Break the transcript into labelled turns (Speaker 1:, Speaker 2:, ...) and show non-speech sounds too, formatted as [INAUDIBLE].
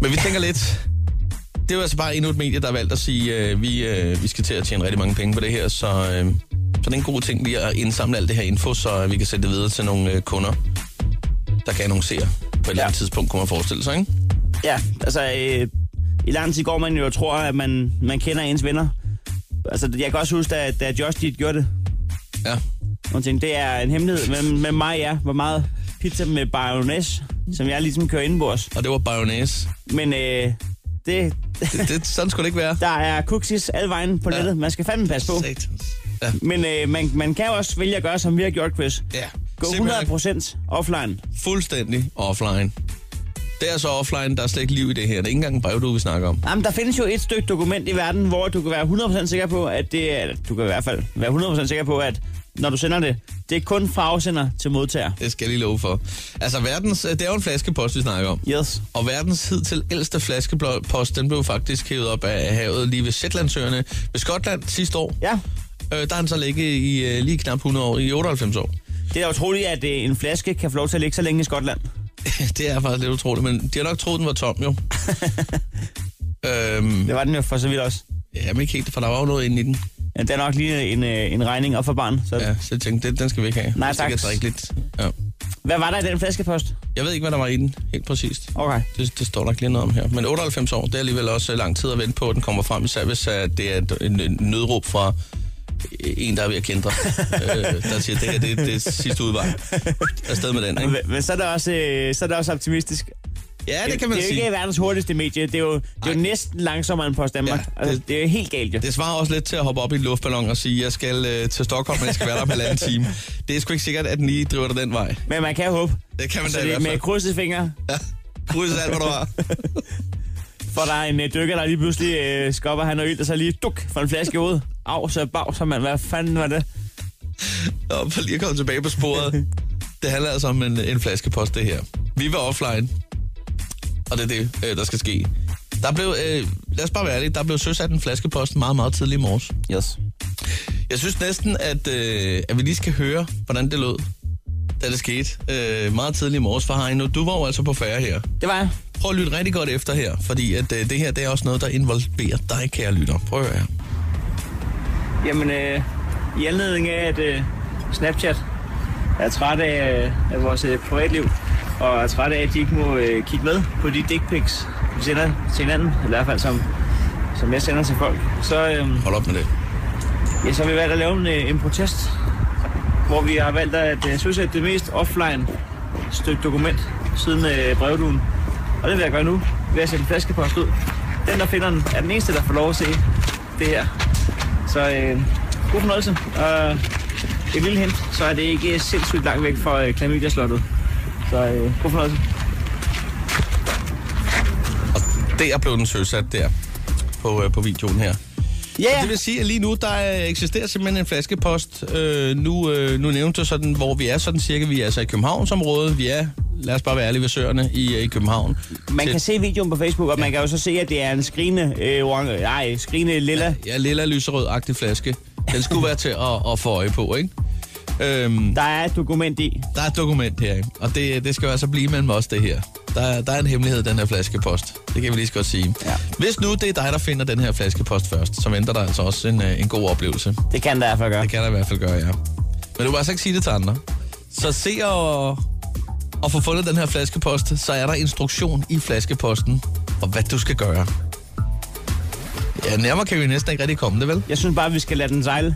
Speaker 1: Men vi tænker lidt... Det er jo altså bare endnu et medie, der har valgt at sige, øh, vi, øh, vi skal til at tjene rigtig mange penge på det her, så, øh, så det er en god ting lige at indsamle alt det her info, så øh, vi kan sætte det videre til nogle øh, kunder, der kan annoncere på et eller andet tidspunkt, kunne man forestille sig, ikke?
Speaker 2: Ja, altså øh, i lang tid går man jo og tror, at man, man kender ens venner. Altså, jeg kan også huske, da, da Josh dit gjorde det.
Speaker 1: Ja.
Speaker 2: Og tænkte, det er en hemmelighed mellem, mellem mig og jer, hvor meget pizza med bayonnaise, som jeg ligesom kører indenbords.
Speaker 1: Og det var Bayonnaise.
Speaker 2: Men øh, det,
Speaker 1: Det, det, sådan skulle det ikke være.
Speaker 2: der er cookies alle vejen på
Speaker 1: Ja.
Speaker 2: nettet. Man skal fandme passe på.
Speaker 1: Satans. Ja.
Speaker 2: Men øh, man, man kan jo også vælge at gøre, som vi har gjort, Chris.
Speaker 1: ja.
Speaker 2: Gå
Speaker 1: Simpelthen
Speaker 2: 100% offline.
Speaker 1: Fuldstændig offline. Det er så offline, der er slet ikke liv i det her. Det er ikke engang en brevdue, vi snakker om.
Speaker 2: Jamen, der findes jo et stykke dokument i verden, hvor du kan være 100% sikker på, at det er, du kan i hvert fald være 100% sikker på, at når du sender det, det er kun fra afsender til modtager.
Speaker 1: Det skal jeg lige love for. Altså, verdens, det er jo en flaskepost, vi snakker om.
Speaker 2: Yes.
Speaker 1: Og verdens hidtil ældste flaskepost, den blev faktisk hævet op af havet lige ved Shetlandsøerne ved Skotland sidste år.
Speaker 2: Ja,
Speaker 1: Øh, der har den så ligget i øh, lige knap 100 år, i 98 år. [LAUGHS]
Speaker 2: det er da utroligt, at øh, en flaske kan få lov til at ligge så længe i Skotland.
Speaker 1: det er faktisk lidt utroligt, men de har nok troet, den var tom,
Speaker 2: [LAUGHS]
Speaker 1: jo. øhm,
Speaker 2: Det var den jo for så vidt også.
Speaker 1: ja, men ikke helt, for der var jo noget inde i den.
Speaker 2: Ja, det er nok lige en, øh, en regning op for barn. Så ja.
Speaker 1: Ja, så jeg tænkte, det, den skal vi ikke have.
Speaker 2: Nej,
Speaker 1: Hvis det
Speaker 2: tak.
Speaker 1: kan drikke lidt. Ja.
Speaker 2: Hvad var der i den flaskepost?
Speaker 1: Jeg ved ikke, hvad der var i den, helt præcist.
Speaker 2: Okay.
Speaker 1: Det, det står der ikke lige noget om her. Men 98 år, det er alligevel også øh, lang tid at vente på, at den kommer frem, især hvis at det er et, en, en nødråb fra øh, en, der er ved at
Speaker 2: [LAUGHS]
Speaker 1: kendre, øh, der siger, det her det, er- det er sidste udvej. Afsted med den, ikke?
Speaker 2: Men, men så, er det også, øh, så er det også optimistisk.
Speaker 1: Ja, det kan man
Speaker 2: det er jo
Speaker 1: sige.
Speaker 2: ikke verdens hurtigste medie. Det er jo, det er jo
Speaker 1: Ej.
Speaker 2: næsten langsommere end Post Danmark.
Speaker 1: Ja,
Speaker 2: Ja, altså,
Speaker 1: det-
Speaker 2: det er jo helt galt, jo.
Speaker 1: Det svarer også lidt til at hoppe op i en luftballon og sige, jeg skal øh, til Stockholm, men jeg skal være der om halvanden time. Det er sgu ikke sikkert, at den lige driver dig den vej.
Speaker 2: Men man kan håbe.
Speaker 1: Det kan man
Speaker 2: Så
Speaker 1: da i
Speaker 2: det er
Speaker 1: hvert
Speaker 2: med
Speaker 1: fald.
Speaker 2: krydsede fingre,
Speaker 1: Ja. Kryds alt, hvad du har.
Speaker 2: for der er en øh, dykker, der lige pludselig øh, skal op og have noget ild, og så lige duk for en flaske ud. Au, så bag, så man, hvad fanden var det?
Speaker 1: Og for lige at komme tilbage på sporet. Det handler altså om en, en flaskepost, det her. Vi var offline, og det er det, øh, der skal ske. Der blev, øh, lad os bare være ærlige, der blev søsat en flaskepost meget, meget tidlig i morges.
Speaker 2: Yes.
Speaker 1: Jeg synes næsten, at, øh, at vi lige skal høre, hvordan det lød, da det skete øh, meget tidlig i morges. For Heino, du var jo altså på færre her.
Speaker 2: Det var jeg.
Speaker 1: Prøv at lytte rigtig godt efter her, fordi at, øh, det her det er også noget, der involverer dig, kære lytter. Prøv at høre her.
Speaker 2: Jamen, øh, i anledning af, at øh, Snapchat er træt af, øh, af vores øh, privatliv, og er træt af, at de ikke må øh, kigge med på de dick pics, vi sender til hinanden, i hvert fald som, som jeg sender til folk, så, øh,
Speaker 1: Hold op med det.
Speaker 2: ja, så har vi valgt at lave en, øh, en protest, hvor vi har valgt at øh, søsætte det mest offline stykke dokument siden øh, brevduen. Og det vil jeg gøre nu, ved at sætte en flaskepost ud. Den, der finder den, er den eneste, der får lov at se det her. Så øh, god fornøjelse. Og et lille hint, så er det ikke sindssygt langt væk fra øh, Klamydia-slottet. Så øh, god fornøjelse.
Speaker 1: Der blev den søsat der på, øh, på videoen her.
Speaker 2: Ja,
Speaker 1: Det vil sige, at lige nu, der øh, eksisterer simpelthen en flaskepost. Øh, nu, øh, nu nævnte du sådan, hvor vi er sådan cirka. Vi er altså i Københavnsområdet. Vi er, lad os bare være ærlige ved søerne, i, øh, i København.
Speaker 2: man
Speaker 1: Til-
Speaker 2: kan se videoen på Facebook, og man kan jo så se, at det er en skrigende, øh, orange, nej, skrigende lilla.
Speaker 1: Ja, lilla lyserød-agtig flaske. Den skulle være til at, at få øje på, ikke? Øhm,
Speaker 2: Der er et dokument i.
Speaker 1: der er et dokument her, ikke? og det, det skal jo altså blive mellem os, det her. Der, er- der er en hemmelighed, i den her flaskepost. Det kan vi lige så godt sige.
Speaker 2: Ja.
Speaker 1: Hvis nu det er dig, der finder den her flaskepost først, så venter der altså også en, øh, en god oplevelse.
Speaker 2: Det kan der i hvert fald gøre.
Speaker 1: Det kan der i hvert fald gøre, ja. Men du må altså ikke sige det til andre. Så se og, og få fundet den her flaskepost, så er der instruktion i flaskeposten om, hvad du skal gøre. Ja, nærmere kan vi næsten ikke rigtig komme det, vel?
Speaker 2: Jeg synes bare, vi skal lade den sejle